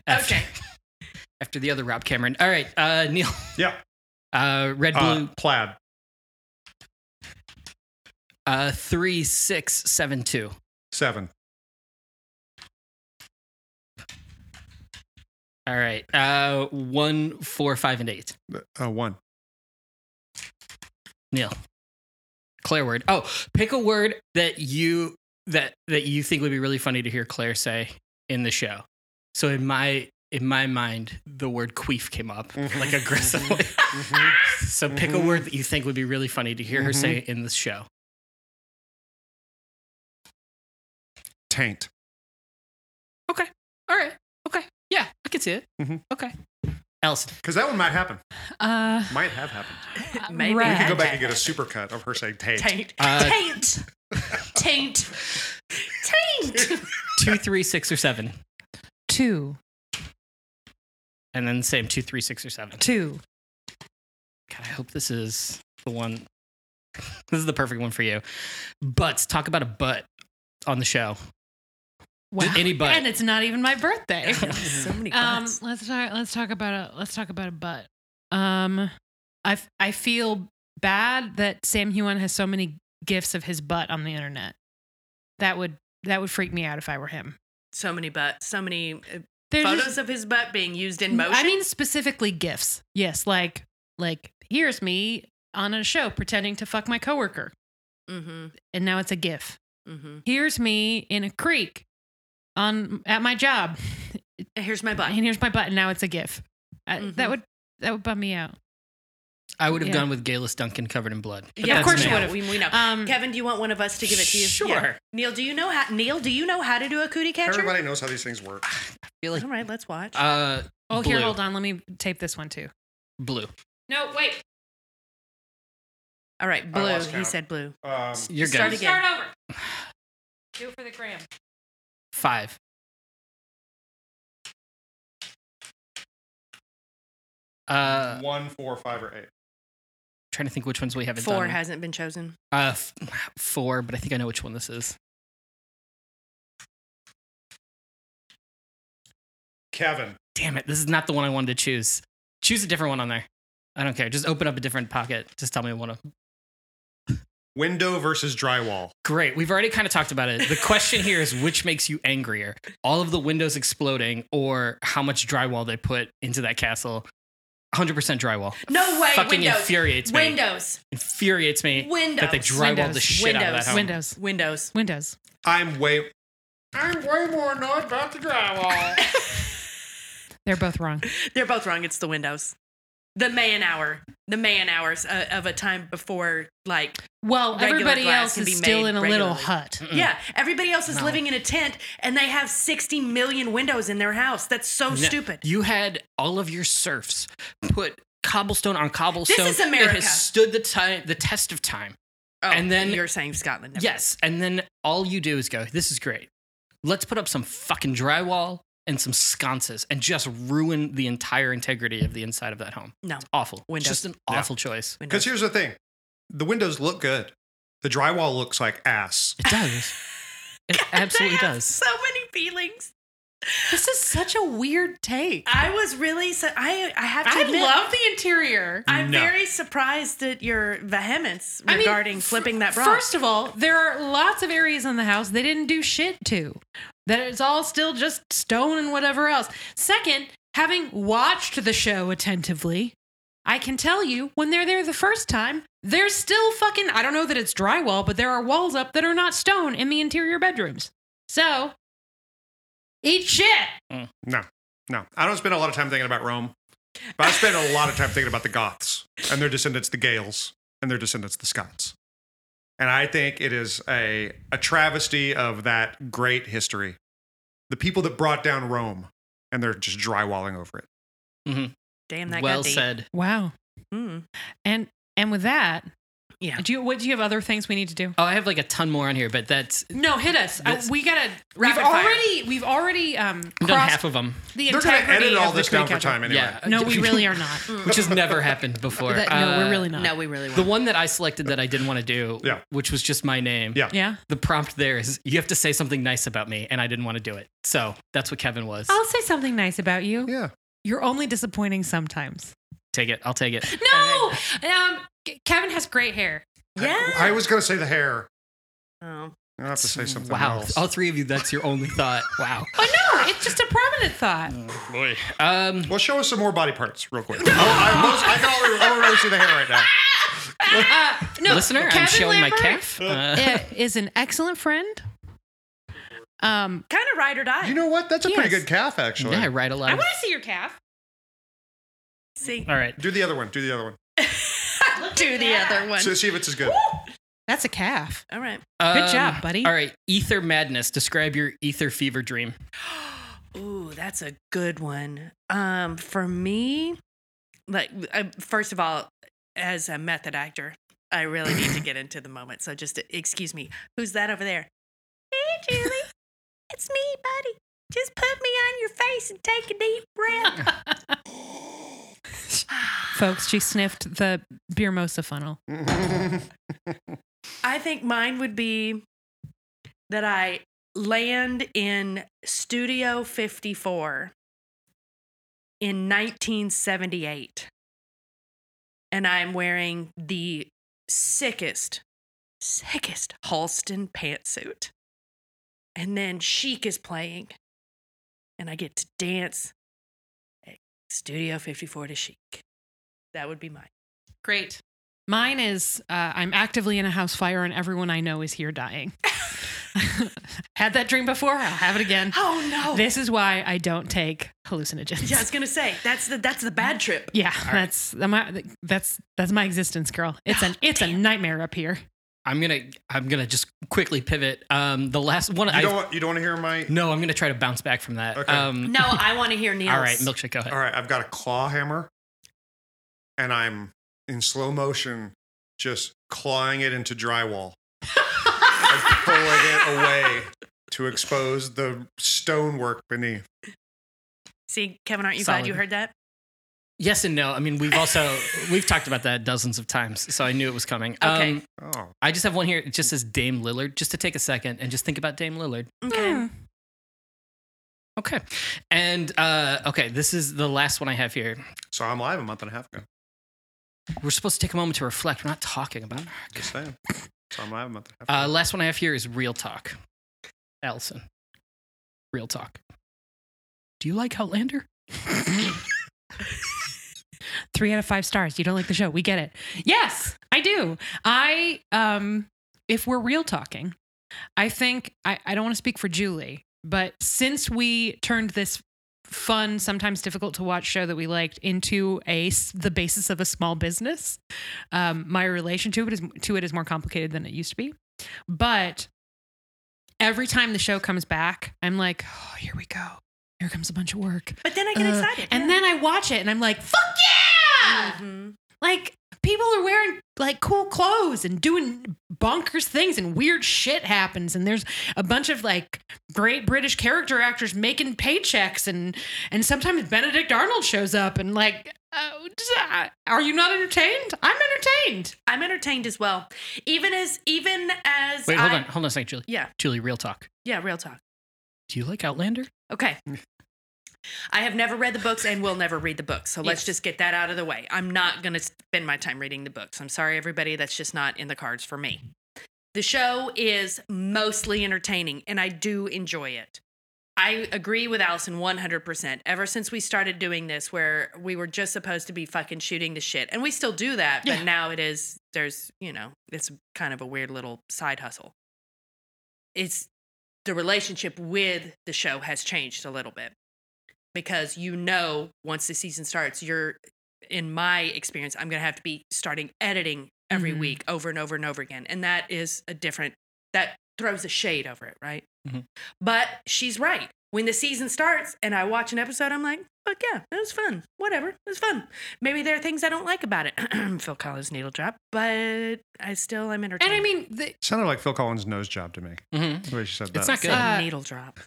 S1: Okay.
S3: After the other Rob Cameron. All right, uh, Neil.
S4: Yeah.
S3: Uh, red,
S4: Uh,
S3: blue,
S4: plaid.
S3: uh, three, six, seven, two.
S4: Seven.
S3: All right. Uh, one, four, five, and eight.
S4: Uh, one.
S3: Neil. Claire word. Oh, pick a word that you that that you think would be really funny to hear Claire say in the show. So in my in my mind, the word queef came up like aggressively. Mm-hmm. so pick a word that you think would be really funny to hear her say in the show.
S4: Taint.
S3: Okay. All right. Okay. Yeah, I can see it.
S4: Mhm.
S3: Okay. Allison.
S4: Because that one might happen.
S2: Uh,
S4: Might have happened.
S1: Maybe.
S2: Right.
S4: We
S2: can
S4: could go back and get a supercut of her saying taint.
S1: taint.
S3: Uh,
S1: taint. Taint. Taint.
S3: Two, three, six, or seven.
S2: two,
S3: And then same two, three, six, or seven.
S2: two.
S3: God, I hope this is the one. This is the perfect one for you. Butts. Talk about a butt on the show.
S2: Wow.
S3: Any butt.
S2: And it's not even my birthday.
S1: so many
S2: um,
S1: butts.
S2: let's talk. Let's talk about a. Let's talk about a butt. Um, I f- I feel bad that Sam Hewen has so many gifs of his butt on the internet. That would that would freak me out if I were him.
S1: so many butts. So many uh,
S2: There's
S1: photos
S2: just-
S1: of his butt being used in motion.
S2: I mean specifically gifs. Yes, like like here's me on a show pretending to fuck my coworker,
S1: mm-hmm,
S2: and now it's a gif.
S1: mm-hmm.
S2: Here's me in a creek on at my job.
S1: Here's my butt.
S2: and here's my button. Now it's a GIF. I,
S1: Mhm.
S2: That would that would bum me out.
S3: I would have
S2: Yeah.
S3: gone with Galus Duncan covered in blood. But
S1: Yeah,
S2: of
S3: that's
S2: course
S3: me.
S2: you would've.
S1: We, we know.
S2: Um,
S1: Kevin, do you want one of us to give it to you?
S3: Sure.
S1: Yeah. Neil, do you know how? Neil, do you know how to do a cootie catcher?
S4: Everybody knows how these things work.
S3: feel like
S1: All right, let's watch.
S3: uh,
S2: oh,
S3: blue.
S2: here, hold on. Let me tape this one too.
S3: Blue.
S2: No, wait.
S1: All right,
S4: I
S1: blue.
S4: lost
S1: He
S4: count.
S1: said blue.
S4: Um,
S3: You're good.
S1: Start again.
S2: Start over. Do it for the gram.
S3: Five. Uh,
S4: one, four, five, or eight.
S3: trying to think which ones we haven't
S1: Four
S3: done.
S1: hasn't been chosen.
S3: uh, f- four, but I think I know which one this is.
S4: Kevin.
S3: Damn it! This is not the one I wanted to choose. Choose a different one on there. I don't care. Just open up a different pocket. Just tell me one of.
S4: Window versus drywall.
S3: Great. We've already kind of talked about it. The question here is which makes you angrier? All of the windows exploding or how much drywall they put into that castle? 100% drywall.
S1: No way.
S3: Fucking
S1: windows.
S3: infuriates me.
S1: Windows.
S3: Infuriates me
S1: Windows.
S3: that they drywall the
S2: Windows.
S3: shit out of that home.
S2: Windows.
S1: Windows.
S2: Windows.
S4: I'm way.
S5: I'm way more annoyed about the drywall.
S2: They're both wrong.
S1: They're both wrong. It's the windows. The man hour. The man hours uh, of a time before, like,
S2: Well,
S1: Regular
S2: everybody
S1: glass
S2: else
S1: can be
S2: is still
S1: made
S2: in a little
S1: regularly.
S2: hut.
S3: Mm.
S1: yeah, everybody else is
S3: No.
S1: living in a tent and they have 60 million windows in their house. That's so
S3: No,
S1: stupid.
S3: You had all of your serfs put cobblestone on cobblestone
S1: is
S3: that
S1: America.
S3: has stood the, time, the test of time.
S1: Oh,
S3: and then-
S1: you're saying Scotland. Never
S3: Yes. And then all you do is go, this is great. Let's put up some fucking drywall and some sconces and just ruin the entire integrity of the inside of that home.
S1: No.
S3: Awful. It's
S1: Windows.
S3: Just an
S4: Yeah.
S3: awful choice.
S1: Windows.
S4: Because here's the thing the windows look good, the drywall looks like ass.
S3: It does. It absolutely
S1: I have
S3: does.
S1: So many feelings.
S2: This is such a weird take.
S1: I was really. Su- I I have to
S2: I
S1: admit,
S2: love the interior.
S1: I'm
S4: No.
S1: very surprised at your vehemence
S2: I mean,
S1: regarding
S2: f-
S1: flipping that bra.
S2: First of all, there are lots of areas in the house they didn't do shit to. That it's all still just stone and whatever else. Second, having watched the show attentively, I can tell you when they're there the first time, there's still fucking I don't know that it's drywall, but there are walls up that are not stone in the interior bedrooms. So eat shit.
S4: No, no. I don't spend a lot of time thinking about Rome, but I spend a lot of time thinking about the Goths and their descendants, the Gaels, and their descendants, the Scots. And I think it is a, a travesty of that great history. The people that brought down Rome, and they're just drywalling over it.
S1: Damn that.
S3: Well
S1: got deep.
S3: said.
S2: Wow.
S1: Mm.
S2: And and with that,
S1: Yeah.
S2: Do you what do you have other things we need to do?
S3: Oh, I have like a ton more on here, but that's
S2: No, hit us. I,
S3: This-
S2: we gotta.
S1: Rapid
S2: we've
S1: fire.
S2: already we've already um
S3: I've
S2: crossed
S3: done half of them,
S2: the
S4: They're going
S2: integrity
S4: to edit all
S2: of the
S4: this down
S2: crew
S4: for time anyway.
S3: Yeah.
S2: No, we really are not.
S3: which has never happened before.
S2: That- Mm. no,
S3: Uh,
S2: we're really not.
S1: No, we really
S3: The
S1: won't.
S3: one that I selected that I didn't want to do,
S4: Yeah.
S3: which was just my name.
S4: Yeah.
S2: Yeah.
S3: The prompt there is you have to say something nice about me, and I didn't want to do it. So that's what Kevin was.
S2: I'll say something nice about you.
S4: Yeah.
S2: You're only disappointing sometimes.
S3: take it. I'll take it.
S2: No. Um. K- Kevin has great hair.
S1: yeah.
S4: I was going to say the hair.
S1: oh.
S4: I have to say something
S3: wow.
S4: else.
S3: All three of you, that's your only thought. Wow.
S2: Oh no! It's just a prominent thought.
S3: Boy. Um,
S4: Well, show us some more body parts real quick. Oh, I, most, I can already, I already see the hair right now.
S2: Uh, no,
S3: listener,
S2: Kevin
S3: I'm showing
S2: Lambert
S3: my calf. Uh,
S2: i- is an excellent friend. Um.
S1: Kind of ride or die.
S4: You know what? That's a pretty
S2: Yes.
S4: good calf, actually.
S3: yeah, I ride a lot.
S2: I
S3: of-
S2: want to see your calf.
S1: See,
S3: All right.
S4: Do the other one. Do the other one.
S1: do the other one.
S4: So see if it's as good.
S2: That's a calf.
S1: All right.
S2: Good
S3: Um,
S2: job, buddy.
S3: All right. Ether madness. Describe your ether fever dream.
S1: Ooh, that's a good one. Um, for me, like uh, first of all, as a method actor, I really need to get into the moment. So just excuse me. Who's that over there? Hey, Julie, it's me, buddy. Just put me on your face and take a deep breath.
S2: Folks, she sniffed the beer mosa funnel.
S1: I think mine would be that I land in Studio 54 in 1978. And I'm wearing the sickest, sickest Halston pantsuit. And then Chic is playing. And I get to dance at Studio 54 to Chic. That would be mine.
S2: Great. Mine is uh, I'm actively in a house fire and everyone I know is here dying. Had that dream before. I'll have it again.
S1: Oh, no.
S2: This is why I don't take hallucinogens.
S1: yeah, I was going to say, that's the, that's the bad trip.
S2: Yeah, that's my that's that's my existence, girl. It's an it's a nightmare up here.
S3: I'm gonna I'm gonna just quickly pivot. Um, the last one.
S4: You
S3: I
S4: don't, want, you don't want to hear my.
S3: no, I'm gonna try to bounce back from that.
S4: Okay.
S3: Um,
S1: No, I want to hear Neil's.
S3: all right, milkshake. Go ahead.
S4: All right. I've got a claw hammer and I'm in slow motion just clawing it into drywall. I'm pulling it away to expose the stonework beneath.
S1: See, Kevin, aren't you glad you
S3: Solid.
S1: heard that?
S3: Yes and no. I mean, we've also we've talked about that dozens of times, so I knew it was coming.
S1: Okay.
S3: Um,
S4: Oh.
S3: I just have one here. It just says Dame Lillard. Just to take a second and just think about Dame Lillard.
S1: Okay.
S2: Hmm.
S3: Okay. And uh, okay, this is the last one I have here.
S4: So I'm live a month and a half ago.
S3: We're supposed to take a moment to reflect. We're not talking about.
S4: Just saying. So I'm live a month and a half
S3: Uh,
S4: ago.
S3: last one I have here is real talk. Allison, real talk. Do you like Outlander?
S2: Three out of five stars. You don't like the show. We get it. Yes, I do. I um if we're real talking, I think I, I don't want to speak for Julie, but since we turned this fun, sometimes difficult to watch show that we liked into a s- the basis of a small business, um, my relation to it is to it is more complicated than it used to be. But every time the show comes back, I'm like, oh, here we go. Here comes a bunch of work.
S1: But then I get
S2: Uh,
S1: excited.
S2: And then I watch it and I'm like, fuck yeah!
S1: Mhm.
S2: Like, people are wearing like cool clothes and doing bonkers things and weird shit happens. And there's a bunch of like great British character actors making paychecks. And, and sometimes Benedict Arnold shows up and like, uh, just, uh, are you not entertained? I'm entertained.
S1: I'm entertained as well. Even as even as
S3: Wait, hold
S1: I-
S3: on, hold on a second, Julie.
S1: Yeah,
S3: Julie, real talk.
S1: yeah, real talk.
S3: Do you like Outlander?
S1: Okay. I have never read the books and will never read the books. So let's
S2: Yes.
S1: just get that out of the way. I'm not going to spend my time reading the books. I'm sorry, everybody. That's just not in the cards for me. The show is mostly entertaining and I do enjoy it. I agree with Allison 100%. Ever since we started doing this, where we were just supposed to be fucking shooting the shit, and we still do that, but
S2: Yeah.
S1: now it is, there's, you know, it's kind of a weird little side hustle. It's the relationship with the show has changed a little bit because you know once the season starts you're in my experience i'm going to have to be starting editing every
S2: Mhm.
S1: week over and over and over again and that is a different that throws a shade over it right
S3: Mhm.
S1: but she's right when the season starts and I watch an episode, I'm like, fuck yeah, that was fun. Whatever, it was fun. Maybe there are things I don't like about it. Phil Collins needle drop, but I still am entertained.
S2: And I mean, the,
S4: Sounded like Phil Collins' nose job to me.
S3: Mhm.
S4: The way she said
S3: It's
S4: that.
S3: not good.
S2: Uh,
S1: needle drop.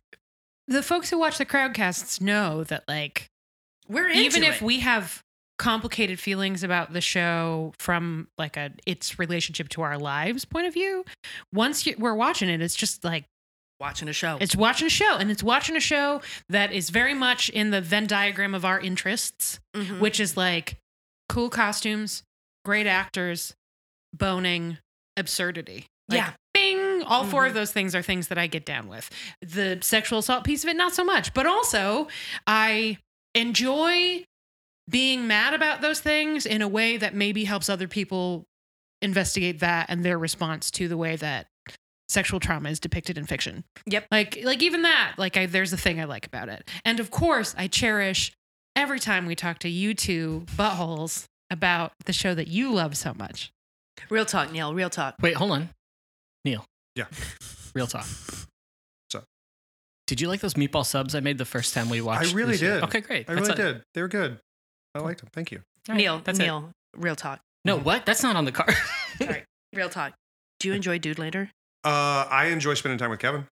S2: the folks who watch the crowdcasts know that, like,
S1: We're into
S2: even
S1: it.
S2: if we have complicated feelings about the show from like a its relationship to our lives point of view, once you, we're watching it, it's just like
S1: watching a show.
S2: it's watching a show, and it's watching a show that is very much in the Venn diagram of our interests.
S1: Mhm.
S2: which is like cool costumes, great actors, boning, absurdity. Like,
S1: Yeah.
S2: Bing. All four of those things are things that I get down with. The sexual assault piece of it, not so much. But also, I enjoy being mad about those things in a way that maybe helps other people investigate that and their response to the way that sexual trauma is depicted in fiction.
S1: Yep.
S2: Like like even that, like I there's a thing I like about it. And of course, I cherish every time we talk to you two buttholes about the show that you love so much.
S1: real talk, Neil. Real talk.
S3: Wait, hold on. Neil.
S4: Yeah.
S3: Real talk.
S4: So.
S3: Did you like those meatball subs I made the first time we watched?
S4: I really
S3: this show?
S4: did.
S3: Okay, great.
S4: I
S3: That's
S4: really
S3: it.
S4: did. They were good. I liked them. Thank you.
S3: All right,
S1: Neil.
S3: That's it.
S1: Neil. Real talk.
S3: No, what? That's not on the card.
S1: Real talk. Do you enjoy Dude Lander?
S4: Uh, I enjoy spending time with Kevin.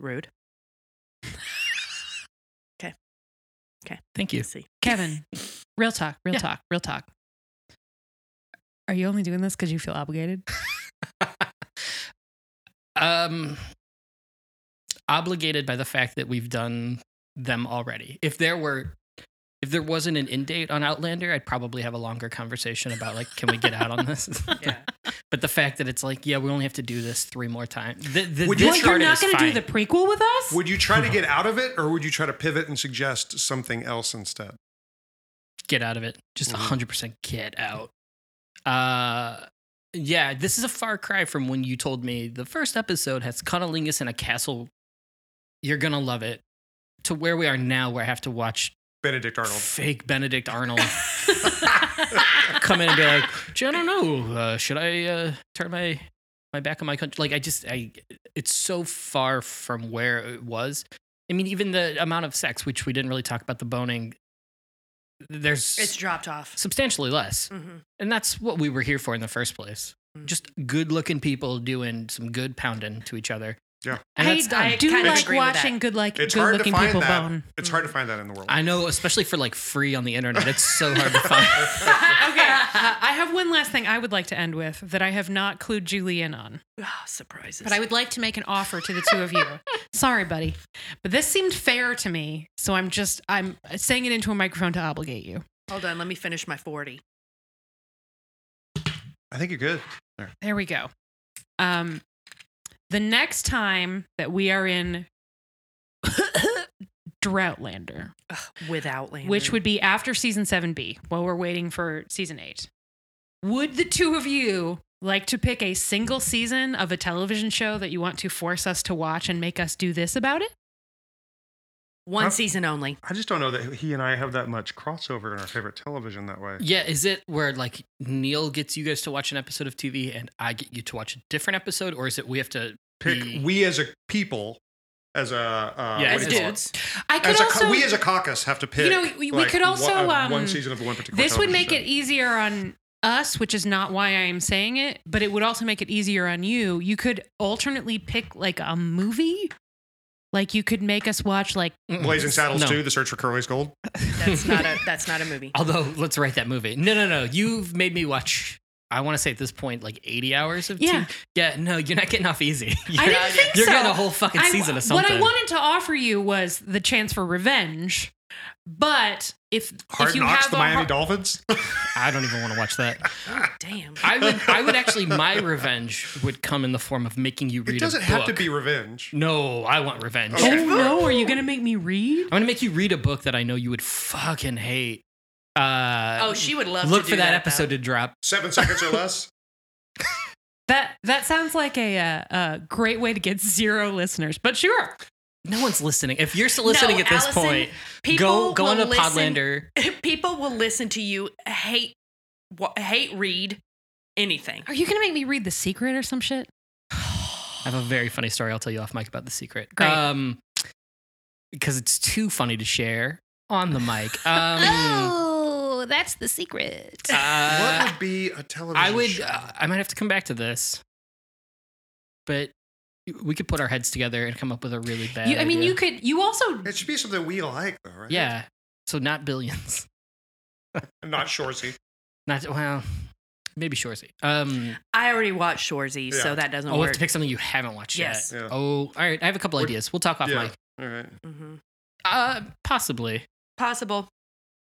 S1: Rude.
S3: Thank you.
S1: See.
S2: Kevin, real talk, real
S3: Yeah.
S2: talk, real talk. Are you only doing this because you feel obligated?
S3: Um, obligated by the fact that we've done them already. If there were, if there wasn't an end date on Outlander, I'd probably have a longer conversation about like, can we get out on this?
S1: Yeah.
S3: but the fact that it's like, yeah, we only have to do this three more times. The, the,
S4: Would you-
S3: this
S4: What,
S2: you're
S3: card
S2: not
S3: is
S2: going to do
S3: fine.
S2: the prequel with us?
S4: Would you try to get out of it, or would you try to pivot and suggest something else instead?
S3: get out of it. Just
S4: Mhm.
S3: hundred percent get out. Uh yeah, this is a far cry from when you told me the first episode has Cunnilingus in a castle. You're gonna love it. To where we are now, where I have to watch
S4: Benedict Arnold.
S3: fake Benedict Arnold come in and be like, "Gee, I don't know. Uh, should I uh, turn my my back on my country?" Like, I just, I, it's so far from where it was. I mean, even the amount of sex, which we didn't really talk about, the boning. There's
S1: It's dropped off.
S3: substantially less.
S1: hmm
S3: And that's what we were here for in the first place.
S1: Mm.
S3: Just good looking people doing some good pounding to each other.
S4: Yeah.
S3: And that's um, done.
S2: I,
S3: I,
S2: do
S1: kinda
S2: like
S1: agree with that.
S2: watching good like
S4: It's
S2: good
S4: hard to
S2: looking
S4: find
S2: people
S4: that.
S2: bone. Mm.
S4: It's hard to find that in the world.
S3: know, especially for like free on the internet. It's so hard to find.
S2: okay, uh, I have one last thing I would like to end with that I have not clued Julie in on.
S1: Ah, surprises.
S2: But I would like to make an offer to the two of you. Sorry, buddy. But this seemed fair to me, so I'm just I'm saying it into a microphone to obligate you.
S1: Hold on. Let me finish my 40.
S4: I think you're good.
S2: There we go. Um the next time that we are in Droughtlander,
S1: Without Lander.
S2: which would be after season 7B, while we're waiting for season 8. Would the two of you like to pick a single season of a television show that you want to force us to watch and make us do this about it?
S1: one
S4: Huh?
S1: season only.
S4: I just don't know that he and I have that much crossover in our favorite television that way.
S3: yeah, is it where like Neil gets you guys to watch an episode of TV and I get you to watch a different episode? Or is it we have to
S4: Pick
S3: be-
S4: we as a people, as a uh,
S3: Yeah,
S4: what
S1: As
S4: do you call it?
S1: dudes.
S2: I could
S4: As a,
S2: also
S4: co- we as a caucus have to pick.
S2: You know, we- we
S4: like,
S2: could also,
S4: one, uh,
S2: um,
S4: one season of one particular.
S2: this would
S4: television
S2: make it easier on us, which is not why I am saying it, but it would also make it easier on you. You could alternately pick like a movie. Like you could make us watch like
S4: show. Blazing Saddles
S3: No.
S4: 2, The Search for Curly's Gold.
S1: That's not a. That's not a movie.
S3: Although, let's write that movie. No, no, no. You've made me watch. I want to say at this point, like eighty hours of
S2: Yeah.
S3: TV. Yeah, no, you're not getting off easy. You're
S2: I
S3: not-
S2: didn't think
S3: You're
S2: so.
S3: getting a whole fucking
S2: I-
S3: season of something.
S2: What I wanted to offer you was the chance for revenge, but if
S4: Hard
S2: if you
S4: Knocks,
S2: have
S4: The
S2: a
S4: Miami
S2: hard-
S4: Dolphins.
S3: I don't even want to watch that.
S1: Damn.
S3: I would. I would actually. My revenge would come in the form of making you read.
S4: It
S3: a
S4: doesn't have to
S3: book.
S4: be revenge.
S3: No, I want revenge.
S4: Okay.
S2: oh no, are you gonna make me read?
S3: I'm gonna make you read a book that I know you would fucking hate. Uh,
S1: oh, she would love.
S3: look
S1: to do
S3: for that,
S1: though.
S3: episode to drop.
S4: Seven seconds or less.
S2: That that sounds like a, uh uh great way to get zero listeners, but sure.
S3: No one's listening. If you're still listening
S1: No,
S3: at this
S1: Allison,
S3: point,
S1: People
S3: go go
S1: will
S3: on to
S1: listen-
S3: Podlander.
S1: People will listen to you hate wa- hate read anything.
S2: Are you gonna make me read The Secret or some shit?
S3: I have a very funny story I'll tell you off mic about the secret.
S2: Great.
S3: Um, because it's too funny to share on the mic. Um,
S6: oh, that's the secret.
S1: Oh.
S3: uh,
S4: what would be a television?
S3: I would.
S4: show?
S3: Uh, I might have to come back to this, but we could put our heads together and come up with a really bad.
S2: You, I mean,
S3: idea.
S2: you could. You also.
S4: it should be something we like, though, right?
S3: Yeah. So not billions.
S4: Not Shorzy.
S3: Not well. Maybe Shorzy. Um,
S1: I already watched Shorzy,
S4: Yeah.
S1: so that doesn't
S3: oh, we have
S1: work.
S3: to pick something you haven't watched
S1: Yes.
S3: yet.
S4: Yeah.
S3: Oh, all right. I have a couple
S4: We're-
S3: ideas. We'll talk off
S4: Yeah.
S3: mic.
S4: All right.
S1: hmm
S3: Uh, possibly.
S1: Possible.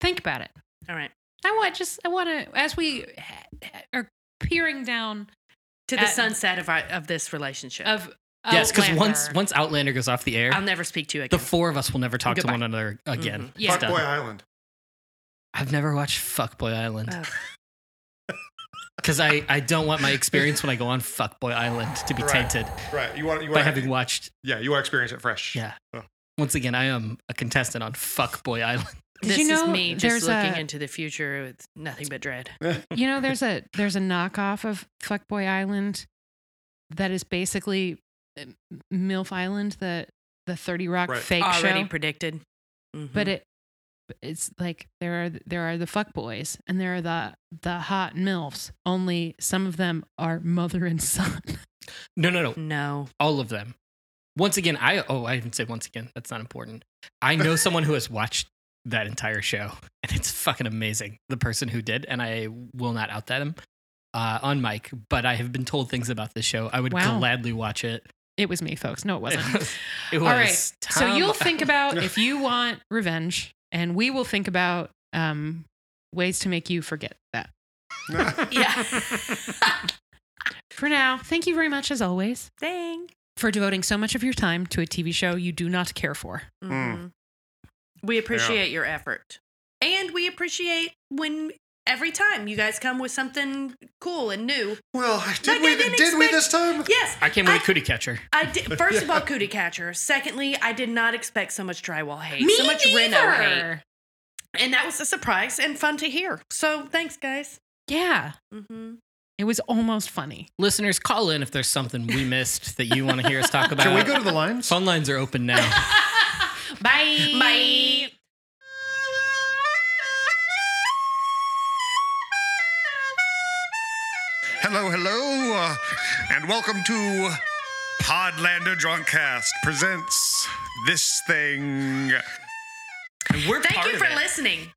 S2: Think about it.
S1: All right.
S2: I want just. I want to. As we ha- ha- are peering down
S1: To the
S2: At-
S1: sunset of, our, of this relationship.
S2: of. oh,
S3: Yes, because
S2: Outlander.
S3: once once Outlander goes off the air,
S1: I'll never speak to you
S3: the
S1: again.
S3: four of us will never talk
S2: Goodbye. Mm-hmm.
S3: to one another again.
S1: Mhm.
S3: It's
S2: Yeah.
S4: Fuck
S3: done.
S4: Boy Island.
S3: I've never watched Fuckboy Island
S1: Ugh.
S3: because I, I don't want my experience when I go on Fuckboy Island to be
S4: Right.
S3: tainted
S4: Right. You want you
S3: by
S4: want
S3: having watched.
S4: yeah you want to experience it fresh.
S3: Yeah.
S4: Oh.
S3: Once again, I am a contestant on Fuckboy Island.
S2: Did
S1: this
S2: you know
S1: is me
S2: there's
S1: just looking
S2: a-
S1: into the future with nothing but dread.
S2: you know there's a there's a knockoff of fuckboy island that is basically uh, milf island the the 30 rock
S4: Right.
S2: fake
S1: Already
S2: show
S1: predicted. Mhm.
S2: but it it's like there are there are the fuckboys and there are the the hot milfs only some of them are mother and son
S3: No, no, no.
S1: no.
S3: All of them. Once again, I oh I didn't say once again. That's not important. I know someone who has watched that entire show, and it's fucking amazing. The person who did, and I will not out that him uh, on mic, but I have been told things about this show. I would
S2: Wow.
S3: gladly watch it.
S2: it was me folks no it wasn't
S3: It was. It was
S2: all right so
S3: Tom-
S2: you'll think about if you want revenge and we will think about um ways to make you forget that
S1: Yeah.
S2: for now thank you very much as always
S1: Dang.
S2: for devoting so much of your time to a TV show you do not care for.
S1: Mhm. We appreciate your effort. And we appreciate when every time you guys come with something cool and new.
S4: Well, did
S1: Like, I
S4: we did
S1: didn't
S4: we
S1: expect-
S4: this time?
S1: Yes.
S3: I came
S1: I-
S3: with Cootie Catcher.
S1: I did, first of all, cootie catcher. Secondly, I did not expect so much drywall hate, so much Reno hate, and that was a surprise and fun to hear. So thanks, guys.
S2: Yeah,
S1: Mm-hmm.
S2: it was almost funny.
S3: Listeners, call in if there's something we missed that you want to hear us talk about.
S4: Can we go to the lines?
S3: Phone lines are open now.
S2: Bye.
S1: Bye.
S4: Hello, hello, uh, and welcome to Podlander Drunkcast presents this thing.
S3: We're
S1: Thank
S3: part
S1: you
S3: of
S1: for
S3: it.
S1: listening.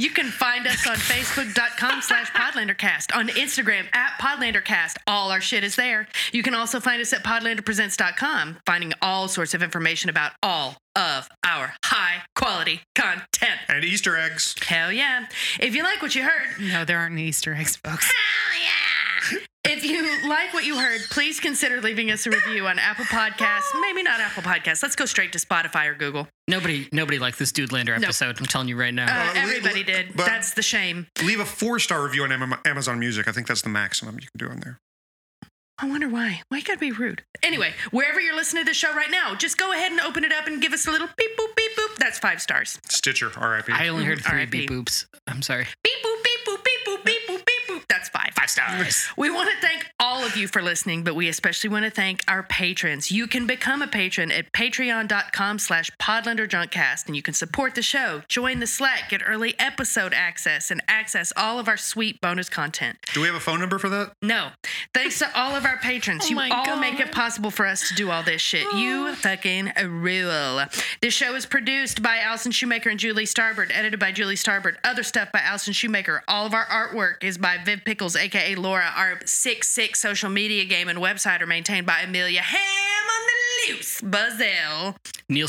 S1: You can find us on facebook.com slash podlandercast, on Instagram at podlandercast. All our shit is there. You can also find us at podlanderpresents.com, finding all sorts of information about all of our high quality content.
S4: And Easter eggs.
S1: Hell yeah. If you like what you heard,
S2: No, there aren't any Easter eggs, folks.
S1: If you like what you heard, please consider leaving us a review on Apple Podcasts. Maybe not Apple Podcasts. Let's go straight to Spotify or Google.
S3: Nobody, nobody liked this Dude Lander episode. I'm telling you right
S1: Uh,
S3: now.
S4: le-
S1: everybody
S4: le-
S1: did.
S4: but-
S1: That's the shame.
S4: Leave a four star review on Am- Amazon Music. I think that's the maximum you can do on there.
S1: I wonder why. Why you gotta be rude? Anyway, wherever you're listening to the show right now, just go ahead and open it up and give us a little beep boop beep boop. That's five stars.
S4: Stitcher, RIP.
S3: I only heard
S1: Mhm,
S3: three
S1: R.I.P.
S3: beep boops. I'm sorry.
S1: Beep boop beep boop beep boop beep boop beep boop. That's five.
S3: Five stars.
S1: We want to thank all of you for listening, but we especially want to thank our patrons. You can become a patron at patreon.com slash podlanderjunkcast, and you can support the show, join the Slack, get early episode access, and access all of our sweet bonus content.
S4: Do we have a phone number for that?
S1: No. Thanks to all of our patrons.
S2: Oh
S1: you
S2: my
S1: all
S2: God. Oh.
S1: make it possible for us to do all this shit. You fucking rule. This show is produced by Alison Shoemaker and Julie Starbird, edited by Julie Starbird, other stuff by Alison Shoemaker. All of our artwork is by Viv Pickles, aka Laura. Our sick, sick social media game and website are maintained by Amelia Ham on the loose. Buzzell.
S3: Neil